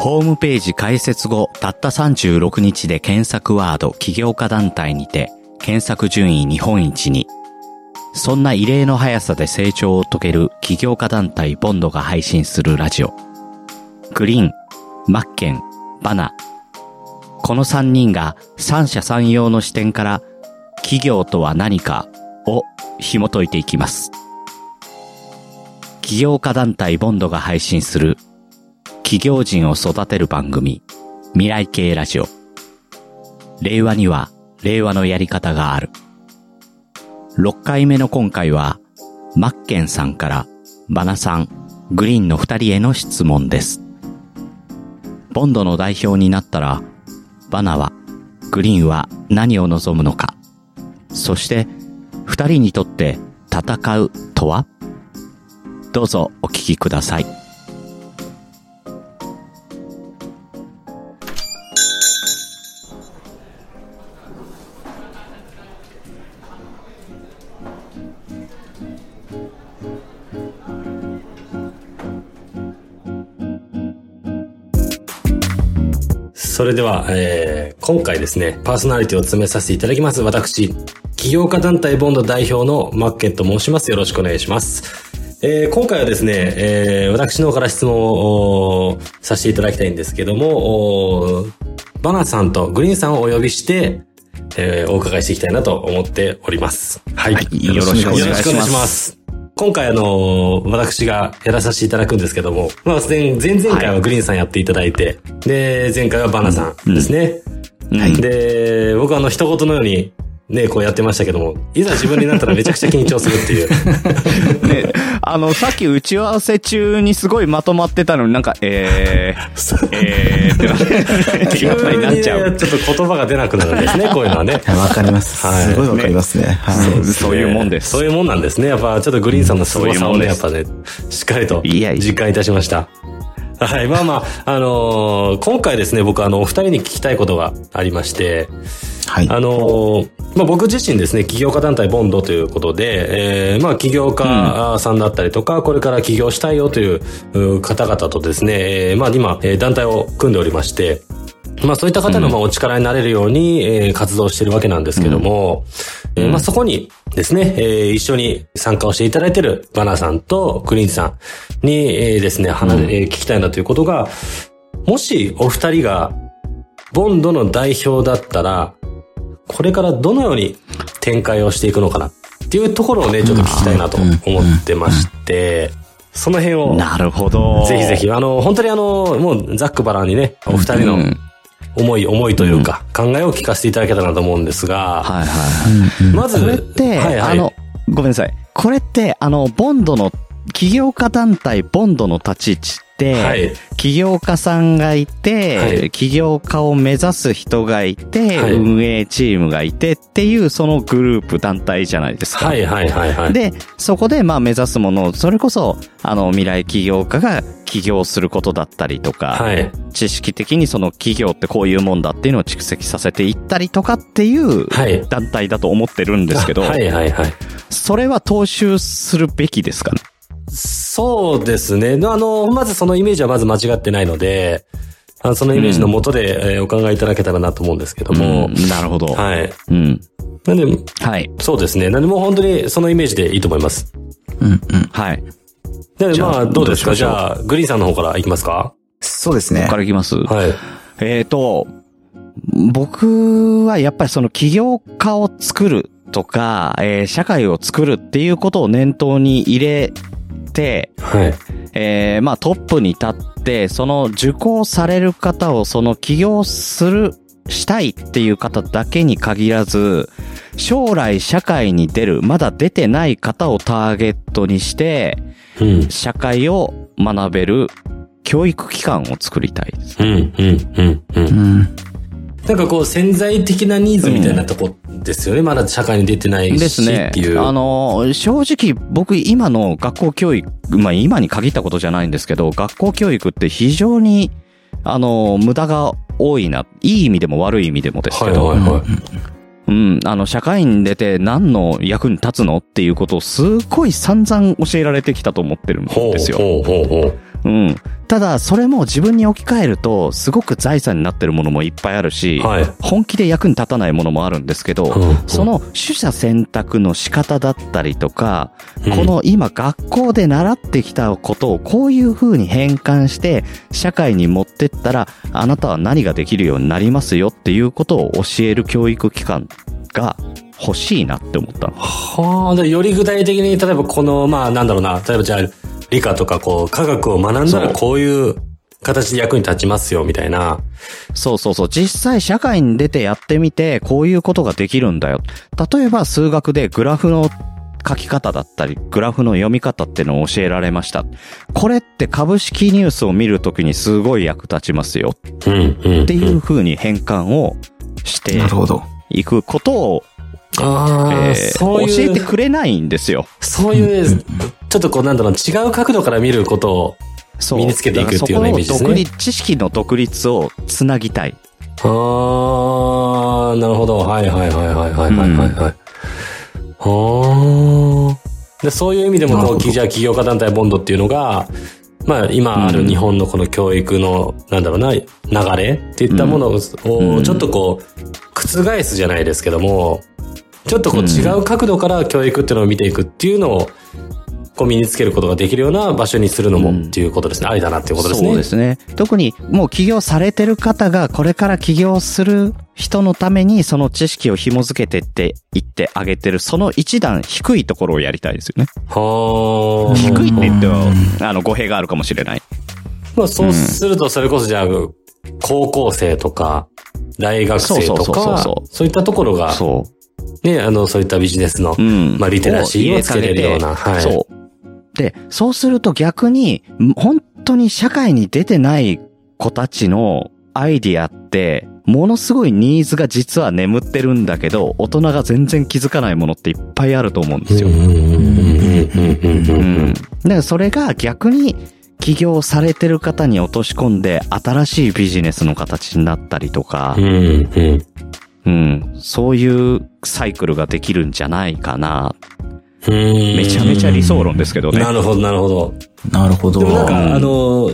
ホームページ開設後、たった36日で検索ワード起業家団体にて、検索順位日本一に。そんな異例の速さで成長を遂げる起業家団体ボンドが配信するラジオ。グリーン、マッケン、バナ。この3人が三者三様の視点から、企業とは何かを紐解いていきます。起業家団体ボンドが配信する企業人を育てる番組、未来系ラジオ。令和には令和のやり方がある。6回目の今回は、マッケンさんから、バナさん、グリーンの2人への質問です。ボンドの代表になったら、バナは、グリーンは何を望むのか。そして、2人にとって戦うとはどうぞお聞きください。それでは、えー今回ですね、パーソナリティを務めさせていただきます。私、起業家団体ボンド代表のマッケンと申します。よろしくお願いします。えー今回はですね、えー私の方から質問をおーさせていただきたいんですけども、おーバナさんとグリーンさんをお呼びして、えーお伺いしていきたいなと思っております。はい。はいよろしくお願いしますよろくお願いします。今回あのー、私がやらさせていただくんですけども、まあ、前前々回はグリーンさんやっていただいて、で、前回はバナさんですね。はいで、僕はあの、一言のように、ね、こうやってましたけども、いざ自分になったらめちゃくちゃ緊張するっ ていう。ね、あの、さっき打ち合わせ中にすごいまとまってたのになんか、え ー、えーってなって、やっぱりなっちゃ急うに。ちょっと言葉が出なくなるんで すね、こういうのはね。 わかります。はいすごいわかりますね。はい。そういうもんです。そういうもんなんですね。やっぱちょっとグリーンさんの凄さをね、うんやっぱね、しっかりといやいや実感いたしました。はい。まあまあ、あのー今回ですね、僕あの、お二人に聞きたいことがありまして、はい。あのーまあ、僕自身ですね、起業家団体ボンドということで、えーまあ、起業家さんだったりとか、これから起業したいよというう方々とですね、えーまあ、今、えー団体を組んでおりまして、まあ、そういった方の、まあ、お力になれるように、えー活動してるわけなんですけども、えーまあ、そこにですね、えー一緒に参加をしていただいてるバナーさんとクリーンさんに、えーですね、話、えー聞きたいなということが、もしお二人が、ボンドの代表だったら、これからどのように展開をしていくのかなっていうところをね、ちょっと聞きたいなと思ってまして、その辺を、なるほど。ぜひぜひ、あの、本当にあの、もうざっくばらんにね、お二人うのん思い、思いというか、考えを聞かせていただけたらなと思うんですが、はいはいはい。まず、これって、はいはいあの、ごめんなさい。これって、あの、ボンドの、起業家団体ボンドの立ち位置って、はい起業家さんがいて、はい起業家を目指す人がいて、はい運営チームがいてっていう、そのグループ団体じゃないですか。はいはいはいはい。で、そこでまあ目指すものを、それこそ、あの、未来起業家が起業することだったりとか、はい。知識的にその企業ってこういうもんだっていうのを蓄積させていったりとかっていうはい団体だと思ってるんですけど、はいはいはい。それは踏襲するべきですかね。そうですね。あの、まずそのイメージはまず間違ってないので、あのそのイメージのもとで、えーお考えいただけたらなと思うんですけども、うんなるほど。はい。うん。なんで、はい。そうですね。なんでもう本当にそのイメージでいいと思います。うんうん。はい。なんでじゃあまあ、どうですかどうしじましょうゃあ、グリーンさんの方からいきますかそうですこねこか。らいきます。はい。えっ、と、僕はやっぱりその起業家を作るとか、えー社会を作るっていうことを念頭に入れて、はい。えーまあトップに立って、その受講される方をその起業する、したいっていう方だけに限らず、将来社会に出る、まだ出てない方をターゲットにして、うん。社会を学べる教育機関を作りたいです。うん、うん、うん、う。うんん。なんかこう、潜在的なニーズみたいなとこですよね。まだ社会に出てないし。ですねってい。う。あの、正直僕今の学校教育、まあ今に限ったことじゃないんですけど、学校教育って非常に、あの、無駄が多いな。いい意味でも悪い意味でもですはけいど、はいはうん、あの、社会に出て何の役に立つのっていうことをすごい散々教えられてきたと思ってるんい。ほうですよ。ほうほうほう。うん。ただ、それも自分に置き換えると、すごく財産になってるものもいっぱいあるし、はい本気で役に立たないものもあるんですけど、うんその取捨選択の仕方だったりとか、うんこの今学校で習ってきたことをこういう風に変換して、社会に持ってったら、あなたは何ができるようになりますよっていうことを教える教育機関が欲しいなって思ったの。はあ、でより具体的に、例えばこの、まあなんだろうな、例えばじゃあ、理科とかこう、科学を学んだそらうこういう形で役に立ちますよ、みたいな。そうそうそう。実際社会に出てやってみて、こういうことができるんだよ。例えば数学でグラフの書き方だったり、グラフの読み方っていうのを教えられました。これって株式ニュースを見るときにすごい役立ちますよ。っうん、うん。ていう風に変換をしてなるほど。いくことを、ああ、えーそういう、教えてくれないんですよ。そういう、ちょっとこう、なんだろう、違う角度から見ることを、そう。身につけていくっていうようなイメージですねだからそこの独立、知識の独立をつなぎたい。ああ、なるほど。はいはいはいはいはいはいはい。はいああ。で、そういう意味でも、なるこほう、どじゃあ企業家団体ボンドっていうのが、まあ、今ある日本のこの教育の、なんだろうな、流れっていったものを、うんちょっとこう、覆すじゃないですけども、ちょっとこう違う角度から教育っていうのを見ていくっていうのを、こう身につけることができるような場所にするのもっていうことですね。ありだなっていうことですね。そうですね。特にもう起業されてる方がこれから起業する人のためにその知識を紐づけてって言ってあげてる、その一段低いところをやりたいですよね。はあ。低いって言っては、あの、語弊があるかもしれない。まあそうすると、それこそじゃあ、高校生とか、大学生そとうそうそうかそ、うそういったところが、そね、あの、そういったビジネスのう。う、ん。まあリテラシーをつけれるようをな、はい。そう。で、そうすると逆に、ん本当に社会に出てない子たちのアイディアって、ものすごいニーズが実は眠ってるんだけど、大人が全然気づかないものっていっぱいあると思うんですよ。うんうんうんうんうんうんうんだからそれが逆に起業されてる方に落とし込んで新しいビジネスの形になったりとかう、んうんうん、そういうサイクルができるんじゃないかな。うんめちゃめちゃ理想論ですけどね。なるほど、なるほど。なるほど。でもなんはか、あの、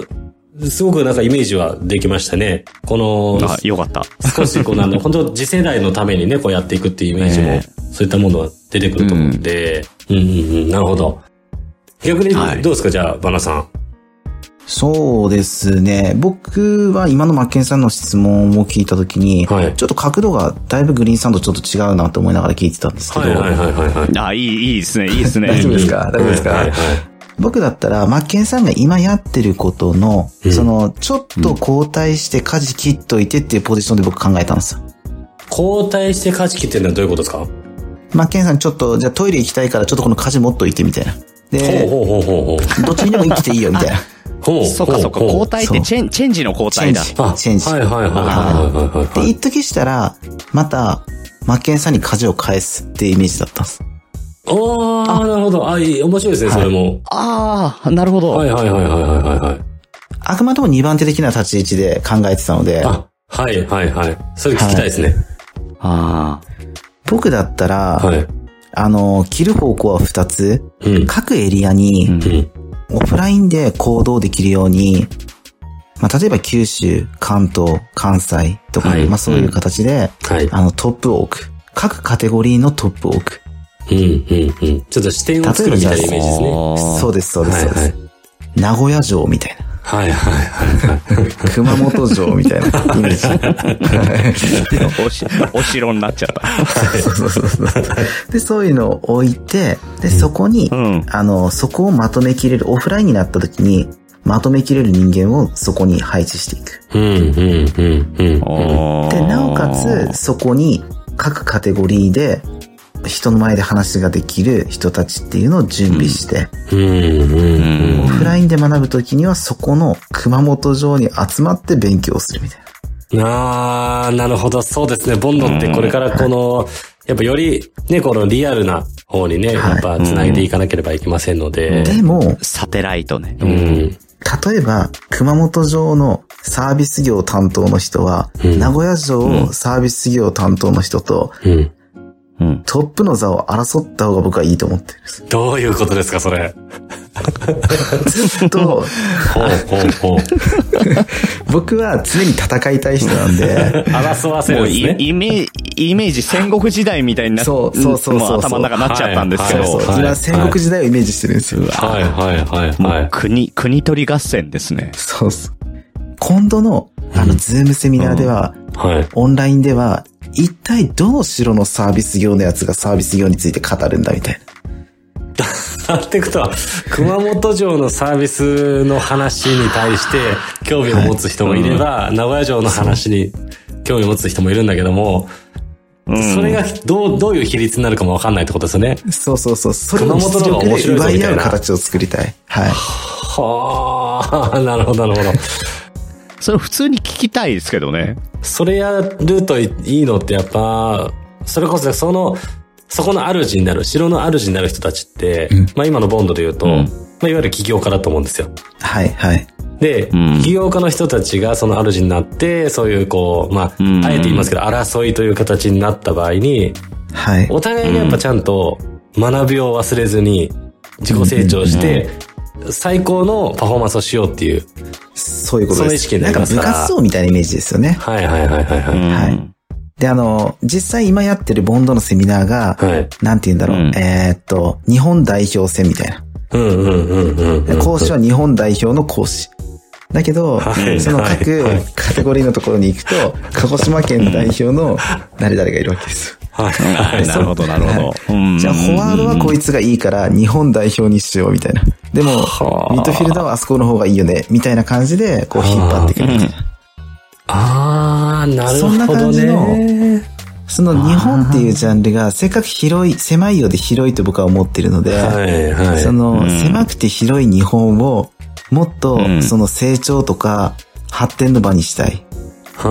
すごくなんかイメージはできましたね。このあ、、よかった。少しこうなんだ、本当次世代のためにね、こうやっていくっていうイメージも、えそういったものは出てくると思うんで、うん、うんうん、なるほど。逆に、はいどうですか、じゃあ、バナさん。そうですね。僕は今のマッケンさんの質問を聞いたときに、はいちょっと角度がだいぶグリーンサンドちょっと違うなと思いながら聞いてたんですけど、はいはい。あ、いい、いいですね、いいですね。大丈夫ですか大丈夫ですか、はいはい僕だったら、マッケンさんが今やってることの、うんその、ちょっと交代して舵切っといてっていうポジションで僕考えたんですよ。交代して勝ち切ってるのはどういうことですかマッケンさんちょっと、じゃあトイレ行きたいからちょっとこの舵持っといてみたいな。で、ほうほうほうほうほう。どっちにでも生きていいよみたいな。ほう。そっかそっか、ほうほ交う代ってチェン、チェンジの交チェ代ンだ。ジ。あ、チェンジ。はいはいはいはいはいはいで、はい。一時したら、また、マッケンさんに舵を返すっていうイメージだったんです。おー、なるほど。あ、いい。面白いですね、それも。ああ、なるほど。はいはいはいはいはいはいはい。あくまでも2番手的な立ち位置で考えてたので、あ、はいはいはい。それ聞きたいですね。あ僕だったら、はい。あの、切る方向は2つ、うん。各エリアに、うんうん。オフラインで行動できるように、まあ、例えば九州、関東、関西とか、はいまあ、そういう形で、はい。あの、トップを置く。各カテゴリーのトップを置く。うんうんうん。ちょっと視点を作るみたいなイメージですね。あ。そうです、そうです、そうです。はい名古屋城みたいな。はいはいはい。熊本城みたいなイメージ。おし、お城になっちゃった。そうそうそうそう。で、そういうのを置いて、で、そこに、うん。あの、そこをまとめきれる、オフラインになった時に、まとめきれる人間をそこに配置していく。うんうんうんうん。で、なおかつ、そこに各カテゴリーで、人の前で話ができる人たちっていうのを準備して、うんうんうん。オフラインで学ぶときにはそこの熊本城に集まって勉強するみたいな。あー、なるほど。そうですね。ボンドってこれからこの、やっぱより、ね、このリアルな方にね、はいやっぱ繋いでいかなければいけませんので。でも、サテライトね。うん。例えば、熊本城のサービス業担当の人は、うん名古屋城サービス業担当の人と、うん。うん。 トップの座を争った方が僕はいいと思ってるんです。どういうことですか、それ。ずっと、ほうほうほう。僕は常に戦いたい人なん で、 争わせもるうんですね。イイメージ、イメージ戦国時代みたいになっそうそうそうそうも頭の中になっちゃったんですけど、はいそうはい今戦国時代をイメージしてるんですよ。はいはいはいもうはい。国、国取り合戦ですね。そうっす。今度の、あの、ズームセミナーでは、はい。オンラインでは、一体どの城のサービス業のやつがサービス業について語るんだみたいな。なっていくと、熊本城のサービスの話に対して興味を持つ人もいれば、名古屋城の話に興味を持つ人もいるんだけども、うんそれがどう、どういう比率になるかもわかんないってことですよね。そうそうそう。それを実熊本の方が力面で白いぞ奪みいた合いうな形を作りたい。はい。はあ、 なるほどなるほど。それ普通に聞きたいですけどね。それやるといいのってやっぱ、それこそその、そこの主になる、城の主になる人たちって、まあ今のボンドで言うと、んまあいわゆる起業家だと思うんですよ。はい、はい。で、ん起業家の人たちがその主になって、そういうこう、まあ、んあえて言いますけど、争いという形になった場合に、はい。お互いにやっぱちゃんと学びを忘れずに、自己成長して、最高のパフォーマンスをしようっていう。そういうことそです。の意識になりますんかから部活動みたいなイメージですよね。はいはいはいはいはい。はい。で、あの、実際今やってるボンドのセミナーが、はい。なんて言うんだろう。うんえーっと、日本代表戦みたいな。うんうんうんうんうん。講師は日本代表の講師。だけど、はいそのはいは各いカテゴリーのところに行くと、鹿児島県代表の誰々がいるわけです。はいは、はいい。なるほど、なるほど。うんじゃあ、フォワードはこいつがいいから、日本代表にしよう、みたいな。でも、ミッドフィルダーはあそこの方がいいよね、みたいな感じで、こう引っ張っていくみたいな。あー、なるほどね。そんな感じのその日本っていうジャンルが、せっかく広い、狭いようで広いと僕は思ってるので、はいはい。その、うん狭くて広い日本を、もっうんと、その成長とか、発展の場にしたい。はう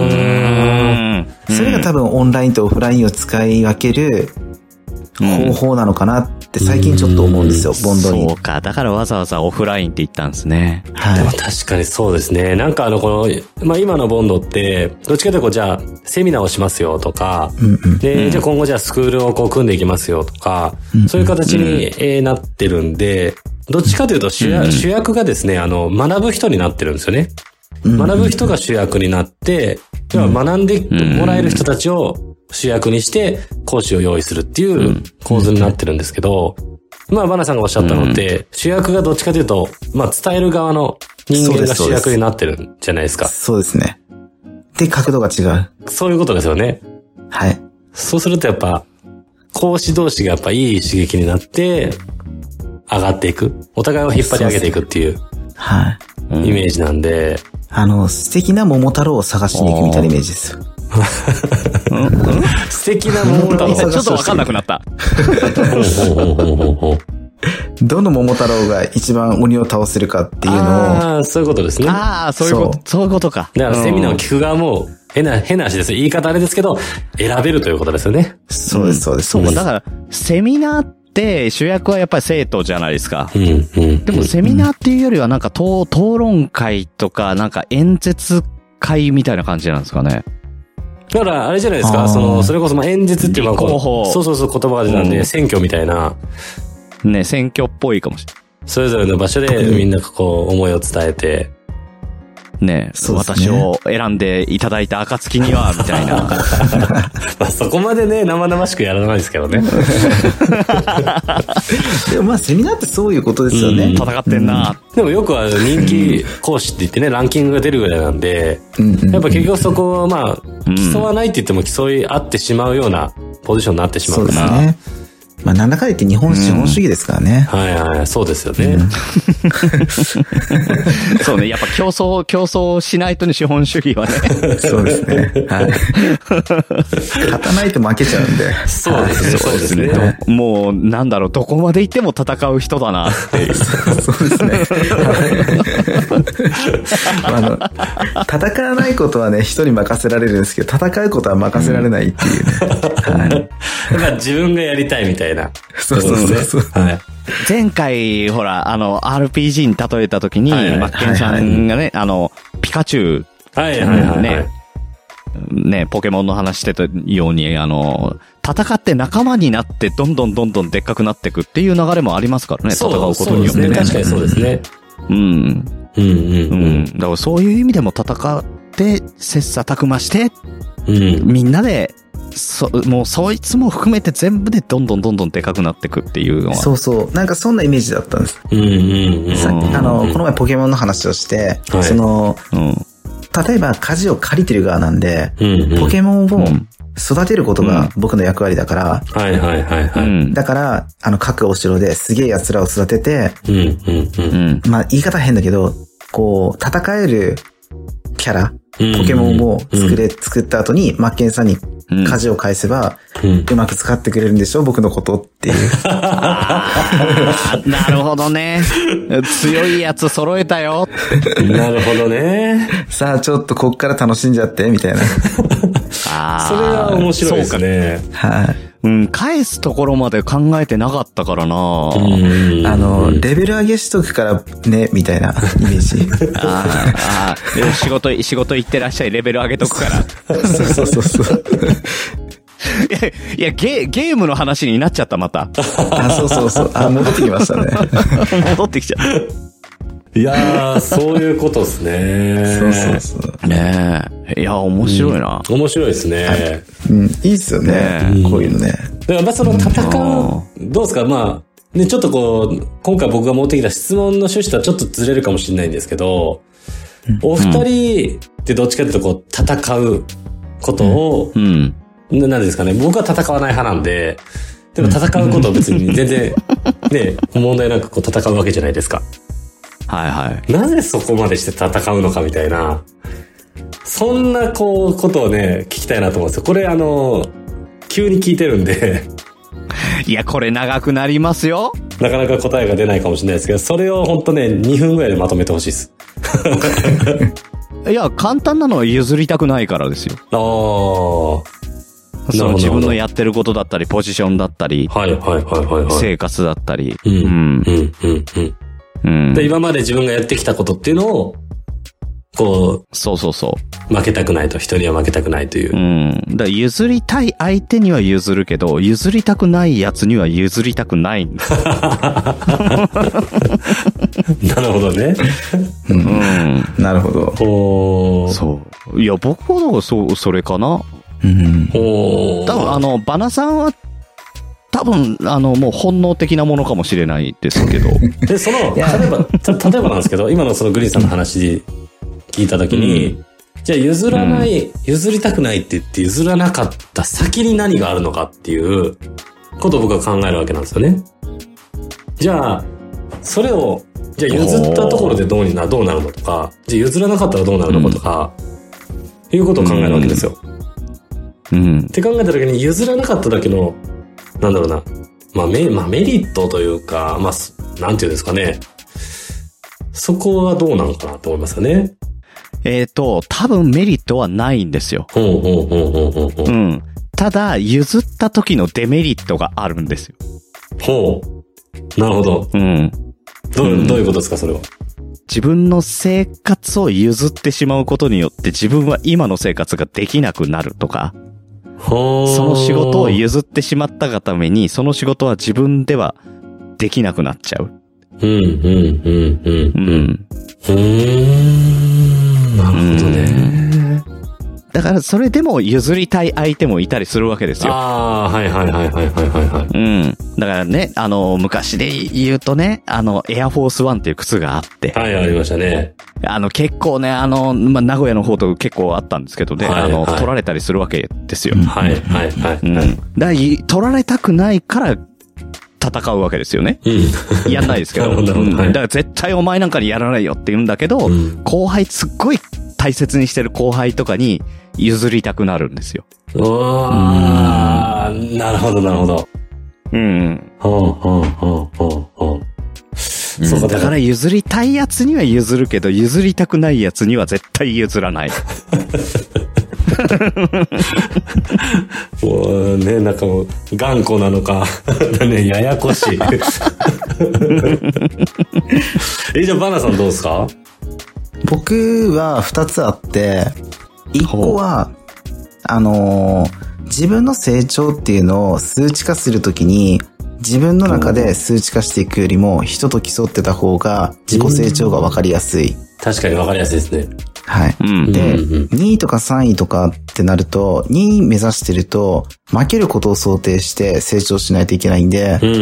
ーん。んそれが多分オンラインとオフラインを使い分ける方法なのかなって最近ちょっと思うんですよ、ボンドそにう。か。だからわざわざオフラインって言ったんですね。でもは確かにそうですね。なんかあの、この、まあ今のボンドって、どっちかというとこう、じゃあ、セミナーをしますよとか、い。うんうん。で、じゃあ今後じゃあスクールをこう組んでいきますよとか、そういう形にえーなってるんで、どっちかというと主役主役がですね、あの、学ぶ人になってるんですよね。学ぶ人が主役になって、要は学んでもらえる人たちを主役にして講師を用意するっていう構図になってるんですけど、まあ、バナさんがおっしゃったのって、主役がどっちかというと、まあ、伝える側の人間が主役になってるんじゃないですか。そうですね。で、角度が違う。そういうことですよね。はい。そうするとやっぱ、講師同士がやっぱいい刺激になって、上がっていく。お互いを引っ張り上げていくっていうはうい。んイメージなんで、あの、素敵な桃太郎を探しに行くみたいなイメージですよ。素敵な桃太うん郎。ちょっ とわかんなくなった。ほうほうほうほうほうどの桃太郎が一番鬼を倒せるかっていうのを、ああ、そういうことですね。だかああ、そういうこと、そういうことか。らセミナーをうん聞く側も、変な、変な話ですよ。言い方あれですけど、選べるということですよね。そうです、そうです。そうか、だから、セミナーって主役はやっぱり生徒じゃないですか。うん、うん。でもセミナーっていうよりはなんか討討論会とかなんか演説会みたいな感じなんですかね。だから、あれじゃないですあか、ーその、それこそ、まあ、演説っていうのはこう立候補そうそうそう言葉が出たんうで、ん選挙みたいな、ね、選挙っぽいかもしれそれぞれの場所でみんなこう、思いを伝えて、 ない。ね、そうですね私を選んでいただいた暁には、みたいな。 まあ、そこまでね、生々しくやらないですけどね。でもまあ、セミナーってそういうことですよね。戦ってんな。でもよくは人気講師って言ってね、ランキングが出るぐらいなんで、うんうんやっぱ結局そこはまあ、競わないって言っても競い合ってしまうようなポジションになってしまそううでかすら。ね。まあ、なんだかんだ言って日本資本主義ですからね。はいはい、そうですよね。 そうね、やっぱ競争、競争しないとね、資本主義はね。そうですね。はい。 勝たないと負けちゃうんで。そうですね、そう ですね。ど もう、なんだろう、どこまで行っても戦う人だな っていう。そうですね。あの、戦わないことはね、人に任せられるんですけど、戦うことは任せられないっていうね。だから自分がやりたいみたいな。そうそうそうそうところですね前回、ほら、あの、RPG に例えた時に、はいはいマッケンさんがね、あの、ピカチュウはい。はいはいはいはい。ねね、ポケモンの話してたように、あの、戦って仲間になって、どんどんどんどんでっかくなっていくっていう流れもありますからね、戦そうことによってそうね。ですね。確かにそうですね。うん。うんううんん。だからそういう意味でも戦って、切磋琢磨して、うん。みんなで、そ、もうそいつも含めて全部でどんどんどんどんでかくなっていくっていうのは。そうそう。なんかそんなイメージだったんです。うんうんうん。さっきあの、この前ポケモンの話をして、はいその、うん。例えば舵を借りてる側なんで、うんうんポケモンをうん育てることが僕の役割だから、はいはいはいはうい。ん。だから、あの、各お城ですげえ奴らを育てて、うんうんうん。 うん。まあ言い方変だけど、こう、戦えるキャラ、ポケモンを作れ、作った後に、マッケンさんにうん舵を返せば、うんうん。うまく使ってくれるんでしょ僕のことっ ていう。なるほどね。強いやつ揃えたよ。なるほどね。さあ、ちょっとこっから楽しんじゃって、みたいな。あそれは面白いですね。ね。はい。うん、返すところまで考えてなかったからなうんあの、レベル上げしとくからね、みたいなイメ ージ。あーで仕事、仕事行ってらっしゃい、レベル上げとくから。いそうそうそうそう。や、いや、ゲー、ゲームの話になっちゃった、また。あ、そうそうそう。あ、戻ってきましたね。戻ってきちゃう。いやー、そういうことですね。そうそうそう。ねえ。いや、面白いな。面白いですね。うん、いいっすよねね。こういうのね。だからまあその戦う、どうですかまあ、ね、ちょっとこう、今回僕が持ってきた質問の趣旨とはちょっとずれるかもしれないんですけど、お二人ってどっちかというとこう、戦うことを、うん。ななんですかね、僕は戦わない派なんで、でも戦うことは別に全然、ね、問題なくこう戦うわけじゃないですか。はいはい。なぜそこまでして戦うのかみたいな、そんなこう、ことをね、聞きたいなと思うんですよ。これあの、急に聞いてるんで、いや、これ長くなりますよ。なかなか答えが出ないかもしれないですけど、それを本当ね、2分ぐらいでまとめてほしいです。いや、簡単なのは譲りたくないからですよ。ああ。はそのなるほど自分のやってることだったり、ポジションだったり、いはいはいはいはい。生活だったり。うんうん。うんうんうん。うんで、今まで自分がやってきたことっていうのを、こ、そうそうそう。負けたくないと、人には負けたくないといううう。ん。だから譲りたい相手には譲るけど、譲りたくないやつには譲りたく ないんです。 なるほどね。うん。なるほど。ほー。そう。いや、僕はだからそう、それかな。うん。ほー。多分、あの、バナさんは、多分、あの、もう本能的なものかもしれないです けど。で、その、いや例えば、た例えばなんですけど、今のそのグリーンさんの話聞いたときに、じゃあ譲らない、譲りたくないって言って譲らなかった先に何があるのかっていうことを僕は考えるわけなんですよね。じゃあ、それを、じゃあ譲ったところでどうにな、どうなるのとか、じゃあ譲らなかったらどうなるのかとか、いうことを考えるわけですよ。っうん。て考えたときに譲らなかっただけの、なんだろうな、まあメ,、まあ、メリットというか、まあ、すなんていうんですかね、そこはどうなのかなと思いますよね。えっ、と、多分メリットはないんですよ。ほうほうほうほうほうほうう。ん。ただ、譲った時のデメリットがあるんですよ。ほう。なるほど。うん。どうう、んどういうことですか、それは。自分の生活を譲ってしまうことによって自分は今の生活ができなくなるとか、ほその仕事をう。譲ってしまったがために、その仕事は自分ではできなくなっちゃう。うん、うん、うん、うん。うん。うーん。なるほどね。だからそれでも譲りたい相手もいたりするわけですよ。ああ、はいはいはいはいはいはいはい。うん。だからね、あの、昔で言うとね、あの、エアフォースワンっていう靴があって、はい、ありましたね。あの、結構ね、あの、まあ、名古屋の方と結構あったんですけどね、はいあの、はい取られたりするわけですよ。はい、はい、はい。うん。だからい取られたくないから、戦うわけですよね。うやんないですけど。 なるほどうんはいだから絶対お前なんかにやらないよって言うんだけど、ん。後輩すっごい大切にしてる後輩とかに譲りたくなるんですよ。ああ、なるほど、なるほど。うん。ほうほうほうほうほう。そうか、だだかからら、譲りたいやつには譲るけど、譲りたくないやつには絶対譲らない。もうね、なんかもう、頑固なのか、 ね、ややこしい。 え、じゃあ、バナさんどうですか僕は二つあって、一個は、あのー自分の成長っていうのを数値化するときに、自分の中で数値化していくよりも、人と競ってた方が自己成長が分かりやすい。確かに分かりやすいですね。はい。うん。で、うんうん2位とか3位とかってなると、2位目指してると、負けることを想定して成長しないといけないんで、うんうん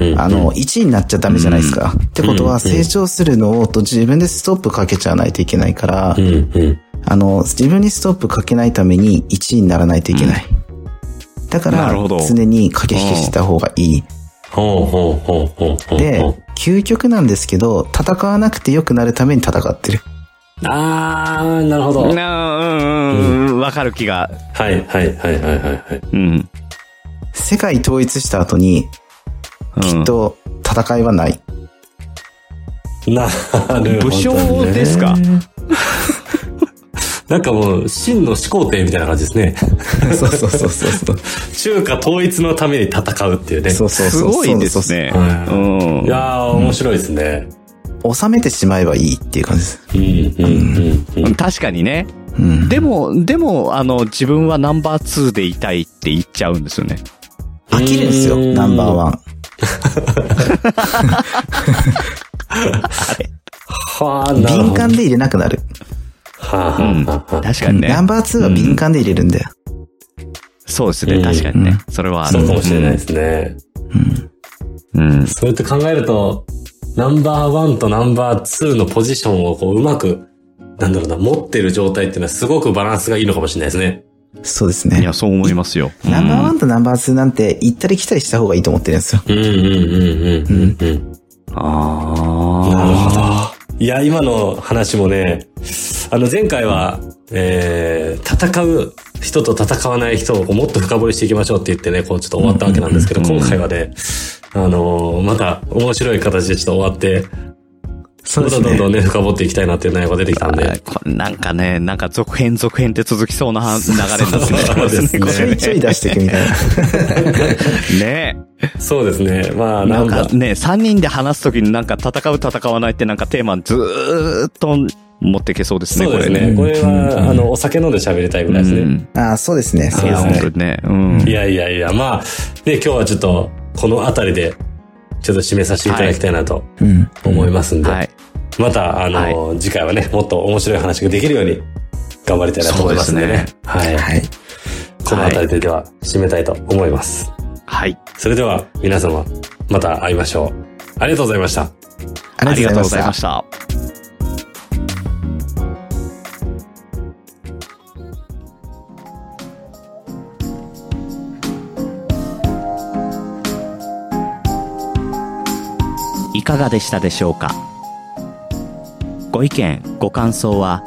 うん。あの、1位になっちゃダメじゃないですか。ってことは、成長するのをと自分でストップかけちゃわないといけないからう、んうん。あの、自分にストップかけないために1位にならないといけない。だかならるほど、常に駆け引きしてた方がいい。ほうほうほうほうほう。で、究極なんですけど、戦わなくて良くなるために戦ってる。あー、なるほど。はいなうんうんうん、わかる気が。はいはいはいはいはい。うん。世界統一した後に、うんきっと戦い はない。なるほど、ね。武将ですかなんかもう、真の始皇帝みたいな感じですね。そうそうそ うそう。中華統一のために戦うっていうね。そうそうそう。すごいですそうそうね。はうんい。い。やー、面白いですね。そう。収めてしまえばいいっていう感じです。うんうんうんうん。確かにね。うん。でも、でも、あの、自分はナンバー2でいたいって言っちゃうんですよね。飽きるんですよ、うんナンバーワン。はあ、なるほど。敏感で入れなくなる。はあはあはあはあ確かにねナ。ンバーツーは敏感で入れるんだよ。そうですうね。ん確かにね。それはあるそうかもしれないですね。うん。そうやって考えると、ナンバーワンとナンバーツーのポジションをこう、うまく、なんだろうな、持ってる状態っていうのはすごくバランスがいいのかもしれないですね。そうですいねや、。そう思いますよ。ナンバーワンとナンバーツーなんて行ったり来たりした方がいいと思ってるんですよ。うんうんうんうんうんうん。なるあほど。いや、今の話もね、あの、前回は、えー、戦う人と戦わない人をこうもっと深掘りしていきましょうって言ってね、こうちょっと終わったわけなんですけど、今回はね、あのーまた面白い形でちょっと終わって、そうでどすんどんどね。んね、深掘っていきたいなっていう内容が出てきたんあ。で。こなんかね、なんか続編続編って続きそうな流れになってきてそうまですねすねこちょれいちょい出していくみたいな。ね。そうですね。まあ、ななんんかか、ね、3人で話すときになんか戦う戦わないってなんかテーマずーっと持っていけそうですね、そうこでれすね。ね。これは、あの、お酒飲んで喋りたいぐらいですうね。んああ、そうですね。そいうでや、す本当ね。にね。うんい。やいやいや、まあ、ね、今日はちょっと、このあたりで、ちょっと締めさせていただきたいなとうん。思いますんで。はい。また、あの、次回はね、もっと面白い話ができるように、頑張りたいなと思いますんでね。そうではい。はい。このあたりででは、締めたいと思います。はい。それでは、皆様、また会いましょう。ありがとうございました。あありりががととううごござざいいままし。したた。いかがでしたでしょうかご意見、ご感想は、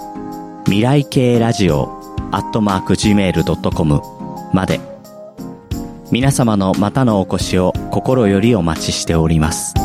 未来系ラジオ、アットマーク Gmail.com まで、皆様のまたのお越しを心よりお待ちしております。